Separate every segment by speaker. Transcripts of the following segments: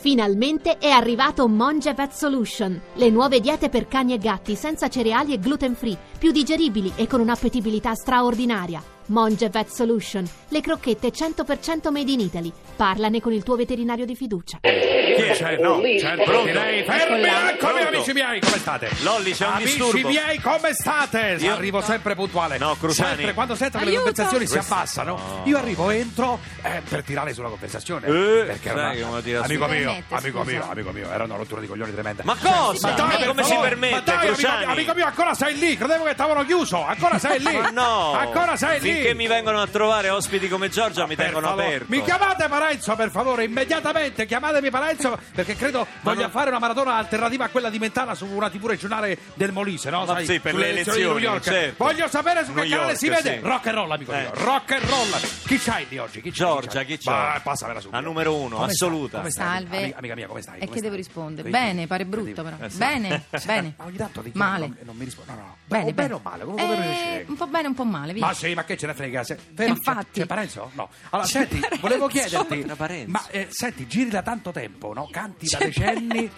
Speaker 1: Finalmente è arrivato Monge Vet Solution, le nuove diete per cani e gatti senza cereali e gluten free, più digeribili e con un'appetibilità straordinaria. Monge Vet Solution, le crocchette 100% made in Italy. Parlane con il tuo veterinario di fiducia.
Speaker 2: Chi c'è? Cioè, No, c'è il pronto.
Speaker 3: Direi fermi
Speaker 2: Pronto.
Speaker 3: eccomi Eh, amici miei, come state?
Speaker 2: Lolli, c'è un
Speaker 3: amici
Speaker 2: disturbo.
Speaker 3: miei, come state?
Speaker 2: Io-
Speaker 3: Arrivo sempre puntuale.
Speaker 2: No, Cruciani.
Speaker 3: Sempre, quando sento che
Speaker 4: Aiuto.
Speaker 3: le conversazioni si
Speaker 2: Questo-
Speaker 3: abbassano,
Speaker 2: no.
Speaker 3: io arrivo, entro eh, per tirare sulla conversazione.
Speaker 2: Eh,
Speaker 3: perché
Speaker 2: sai
Speaker 3: era
Speaker 2: che uno
Speaker 3: una...
Speaker 2: tira su-
Speaker 3: Amico mio,
Speaker 4: Permette,
Speaker 3: amico
Speaker 4: scusa.
Speaker 3: mio, amico mio, era una rottura di coglioni tremenda.
Speaker 2: Ma cosa?
Speaker 3: Ma dai,
Speaker 2: Ma
Speaker 3: per
Speaker 2: come si
Speaker 3: favore,
Speaker 2: permette,
Speaker 3: ma dai, amico,
Speaker 2: Cruciani?
Speaker 3: mio, amico mio, ancora sei lì? Credevo che t'avano chiuso. Ancora sei lì?
Speaker 2: Ma no!
Speaker 3: Ancora sei lì?
Speaker 2: Finché mi vengono a trovare ospiti come Giorgia mi
Speaker 3: Per
Speaker 2: tengono
Speaker 3: favore,
Speaker 2: aperto.
Speaker 3: Mi chiamate Parenzo, per favore, immediatamente. Chiamatemi Parenzo, perché credo
Speaker 2: Ma
Speaker 3: voglia
Speaker 2: non-
Speaker 3: fare una maratona alternativa a quella di Mentana su una TV regionale del Molise, no?
Speaker 2: Ma sì, per
Speaker 3: sulle
Speaker 2: le
Speaker 3: di New
Speaker 2: elezioni,
Speaker 3: York.
Speaker 2: certo.
Speaker 3: Voglio sapere su
Speaker 2: New
Speaker 3: che canale
Speaker 2: York,
Speaker 3: si vede.
Speaker 2: sì.
Speaker 3: Rock and roll, amico
Speaker 2: Eh.
Speaker 3: mio. Rock and roll. Chi c'hai lì oggi? Chi c'è?
Speaker 2: Giorgia, chi c'è?
Speaker 3: Ma passamela subito.
Speaker 2: La numero uno,
Speaker 3: Come stai?
Speaker 2: assoluta.
Speaker 3: Come stai?
Speaker 4: Salve.
Speaker 3: Amica, amica mia, come stai?
Speaker 4: E
Speaker 3: Come
Speaker 4: che
Speaker 3: stai?
Speaker 4: devo rispondere?
Speaker 3: Incredibile.
Speaker 4: Bene, pare brutto però.
Speaker 3: Incredibile. Eh, sì.
Speaker 4: Bene, bene.
Speaker 3: Ma ogni tanto ti chiamo,
Speaker 4: Male.
Speaker 3: non, non mi rispondi. No, no, no.
Speaker 4: Bene,
Speaker 3: o bene o male, come vuoi
Speaker 4: Eh, un po' bene, un po' male, via.
Speaker 3: Ma sì, ma che ce ne frega? Se, fermo,
Speaker 4: Infatti.
Speaker 3: C'è, c'è Parenzo? No. Allora, senti,
Speaker 4: Parenzo.
Speaker 3: volevo chiederti.
Speaker 2: C'era Parenzo.
Speaker 3: Ma eh, senti, giri da tanto tempo, no? Canti da
Speaker 4: C'è
Speaker 3: decenni.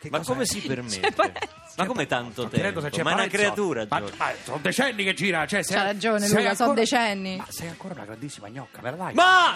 Speaker 3: Che
Speaker 2: Ma
Speaker 3: cosa
Speaker 2: come
Speaker 3: è?
Speaker 2: si
Speaker 4: C'è
Speaker 2: permette?
Speaker 4: Parenzo.
Speaker 2: Ma come tanto
Speaker 3: Non ti rendo
Speaker 2: tempo?
Speaker 3: se c'è
Speaker 2: Ma è una
Speaker 3: Parenzo.
Speaker 2: creatura,
Speaker 3: Ma,
Speaker 2: Giorgia.
Speaker 3: ma sono decenni che gira. Cioè, sei,
Speaker 4: C'ha ragione,
Speaker 3: sei
Speaker 4: Luca, sono
Speaker 3: ancora-
Speaker 4: decenni.
Speaker 3: Ma sei ancora una grandissima gnocca, me la dai?
Speaker 2: Ma!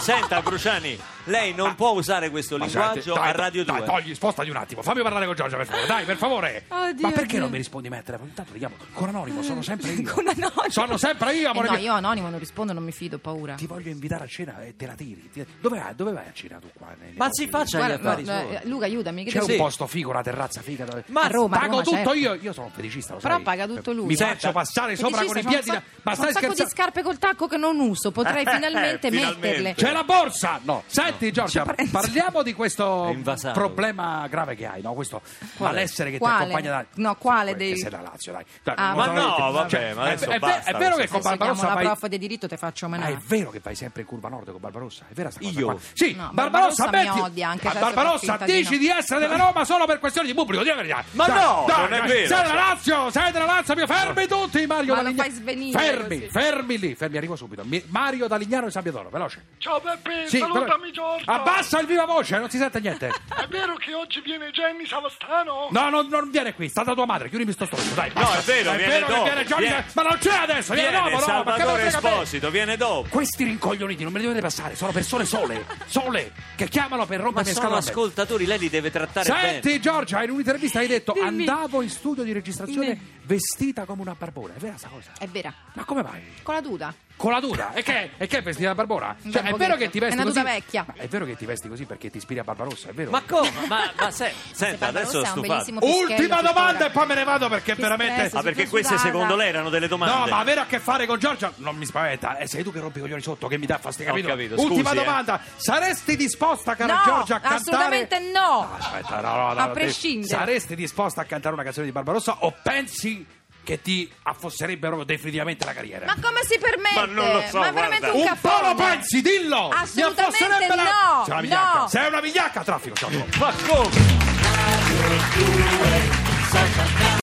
Speaker 2: Senta, Cruciani, lei non può usare questo
Speaker 3: Ma
Speaker 2: linguaggio
Speaker 3: senti, dai,
Speaker 2: a Radio 2.
Speaker 3: dai, togli, spostati un attimo, fammi parlare con Giorgia per favore, dai, per favore.
Speaker 4: Oddio,
Speaker 3: ma perché
Speaker 4: oddio.
Speaker 3: non mi rispondi mai al telefono? Intanto ti chiamo con anonimo, sono sempre io.
Speaker 4: Con anonimo.
Speaker 3: Sono sempre io,
Speaker 4: Eh
Speaker 3: amore
Speaker 4: no,
Speaker 3: mio.
Speaker 4: io anonimo non rispondo, non mi fido, ho paura.
Speaker 3: Ti voglio invitare a cena e te la tiri. Ti- Dove, vai- dove vai a cena tu qua? nei- nei
Speaker 2: Ma
Speaker 3: posti
Speaker 2: si
Speaker 3: lì?
Speaker 2: faccia gli
Speaker 4: Guarda,
Speaker 2: affari
Speaker 4: no, eh,
Speaker 2: suoi.
Speaker 4: Luca, aiutami. Che
Speaker 3: C'è
Speaker 4: devo-
Speaker 3: un
Speaker 2: Sì.
Speaker 3: posto figo, una terrazza figa. Dove...
Speaker 2: Ma-
Speaker 4: a Roma,
Speaker 3: Pago
Speaker 4: Roma,
Speaker 3: tutto
Speaker 4: certo.
Speaker 3: io, io sono felicista. Lo
Speaker 4: Però
Speaker 3: sai.
Speaker 4: paga tutto lui.
Speaker 3: Mi
Speaker 4: Senta,
Speaker 3: faccio passare sopra con
Speaker 4: Felicista,
Speaker 3: i
Speaker 4: c'ho un
Speaker 3: piedi. da- Ma
Speaker 4: sac- c'ho un
Speaker 3: stai
Speaker 4: sacco di
Speaker 3: scherzando?
Speaker 4: scarpe col tacco che non uso, potrei
Speaker 2: Eh,
Speaker 4: finalmente
Speaker 2: finalmente.
Speaker 4: metterle.
Speaker 3: C'è la borsa! No, senti Giorgia,
Speaker 4: Parenzo.
Speaker 3: parliamo di questo
Speaker 2: È invasato.
Speaker 3: problema grave che hai, no? Questo
Speaker 4: Quale?
Speaker 3: malessere che
Speaker 4: Quale?
Speaker 3: ti accompagna da...
Speaker 4: No, quale
Speaker 3: Che
Speaker 4: dei-
Speaker 3: sei da Lazio, dai.
Speaker 4: Ah,
Speaker 3: non
Speaker 4: ma
Speaker 3: sono
Speaker 2: no,
Speaker 3: io-
Speaker 2: vabbè, ma adesso
Speaker 3: Cioè, è, è-
Speaker 2: basta
Speaker 3: è vero che
Speaker 2: questa
Speaker 3: con
Speaker 4: Se chiamo
Speaker 3: Barbarossa
Speaker 4: la
Speaker 3: fai...
Speaker 4: prof di diritto te faccio
Speaker 3: Ma Ah, è
Speaker 4: menare.
Speaker 3: vero che vai sempre in curva nord con Barbarossa? È vera sta cosa
Speaker 2: Io?
Speaker 3: qua? Sì,
Speaker 4: No,
Speaker 3: Barbarossa,
Speaker 4: Barbarossa mi
Speaker 3: metti-
Speaker 4: odia anche
Speaker 3: a
Speaker 4: adesso per
Speaker 3: Barbarossa
Speaker 4: finta di
Speaker 3: dici
Speaker 4: no.
Speaker 3: di essere della Roma solo per questioni di pubblico, di la verità.
Speaker 2: Ma
Speaker 3: Dai,
Speaker 2: no,
Speaker 3: dai,
Speaker 2: non è
Speaker 3: dai,
Speaker 2: vero,
Speaker 3: Sei
Speaker 2: cioè.
Speaker 3: della Lazio, sei della Lazio, mio, fermi tutti Mario
Speaker 4: Ma lo
Speaker 3: Daligna-
Speaker 4: fai svenire
Speaker 3: Fermi,
Speaker 4: così.
Speaker 3: fermi lì, fermi, arrivo subito. Mi- Mario Dalignano e Sabbiadoro, veloce.
Speaker 5: Ciao
Speaker 2: Eh,
Speaker 5: Beppe,
Speaker 3: Sì, però-
Speaker 5: salutami Giorgio.
Speaker 3: Abbassa il viva voce, non si sente niente.
Speaker 5: È vero che oggi viene Jenny Savastano?
Speaker 3: No, non, non viene qui, sta da tua madre, chiudimi sto stronzo, dai. basta.
Speaker 2: è vero,
Speaker 3: è
Speaker 2: viene
Speaker 3: vero che
Speaker 2: dopo,
Speaker 3: viene Johnny
Speaker 2: viene-
Speaker 3: Depp, ma non c'è adesso, viene,
Speaker 2: Viene
Speaker 3: dopo, no, ma che me
Speaker 2: Salvatore
Speaker 3: ne frega a me?
Speaker 2: Esposito, viene dopo.
Speaker 3: Questi rincoglioniti non me li dovete passare, sono persone sole, sole, che chiamano per
Speaker 2: Ma
Speaker 3: rompermi le
Speaker 2: sono
Speaker 3: scatole. a me.
Speaker 2: ascoltatori, lei li deve trattare
Speaker 3: Senti
Speaker 2: bene.
Speaker 3: Giorgia, in un'intervista hai detto
Speaker 4: Dimmi.
Speaker 3: andavo in studio di registrazione
Speaker 4: Dimmi.
Speaker 3: vestita come una barbona, è vera sta cosa?
Speaker 4: È vera.
Speaker 3: Ma come mai?
Speaker 4: Con la tuta.
Speaker 3: Con la tuta? E che, e che è vestita da barbona?
Speaker 4: Beh,
Speaker 3: Cioè,
Speaker 4: un
Speaker 3: è
Speaker 4: pochetto.
Speaker 3: vero che ti vesti
Speaker 4: È una
Speaker 3: così?
Speaker 4: tuta vecchia.
Speaker 3: Ma è vero che ti vesti così perché ti ispiri a Barbarossa, è vero?
Speaker 2: Ma come? Ma, ma se-
Speaker 4: Se
Speaker 2: senta, adesso è
Speaker 4: Barbarossa è un
Speaker 2: stufato.
Speaker 4: bellissimo pischello
Speaker 3: Ultima
Speaker 4: tuttora.
Speaker 3: domanda e poi me ne vado perché
Speaker 4: Che
Speaker 3: veramente...
Speaker 4: stress,
Speaker 2: Ah, perché queste
Speaker 4: Sudata.
Speaker 2: secondo lei erano delle
Speaker 3: No,
Speaker 2: domande?
Speaker 3: ma avere a che fare con Giorgia non mi spaventa. E sei tu che rompi i coglioni sotto, che mi dà fastidio.
Speaker 2: Ho
Speaker 3: Capito?
Speaker 2: capito,
Speaker 3: Ultima
Speaker 2: scusi, eh.
Speaker 3: domanda: saresti disposta, cara
Speaker 4: No,
Speaker 3: Giorgia, a cantare?
Speaker 4: assolutamente no.
Speaker 3: Aspetta, no, no, no,
Speaker 4: Oh, A
Speaker 3: no,
Speaker 4: prescindere.
Speaker 3: Saresti disposta a cantare una canzone di Barbarossa o pensi che ti affosserebbe proprio definitivamente la carriera?
Speaker 4: Ma come si permette?
Speaker 2: Ma non lo so,
Speaker 4: Ma è veramente
Speaker 2: guarda.
Speaker 4: un
Speaker 3: un po'
Speaker 4: cafone.
Speaker 3: lo pensi, dillo! Mi
Speaker 4: Assolutamente
Speaker 3: affosserebbe la-
Speaker 4: no,
Speaker 3: Sei una vigliacca,
Speaker 4: no.
Speaker 3: sei una vigliacca, traffico. ciao.
Speaker 2: Ma come?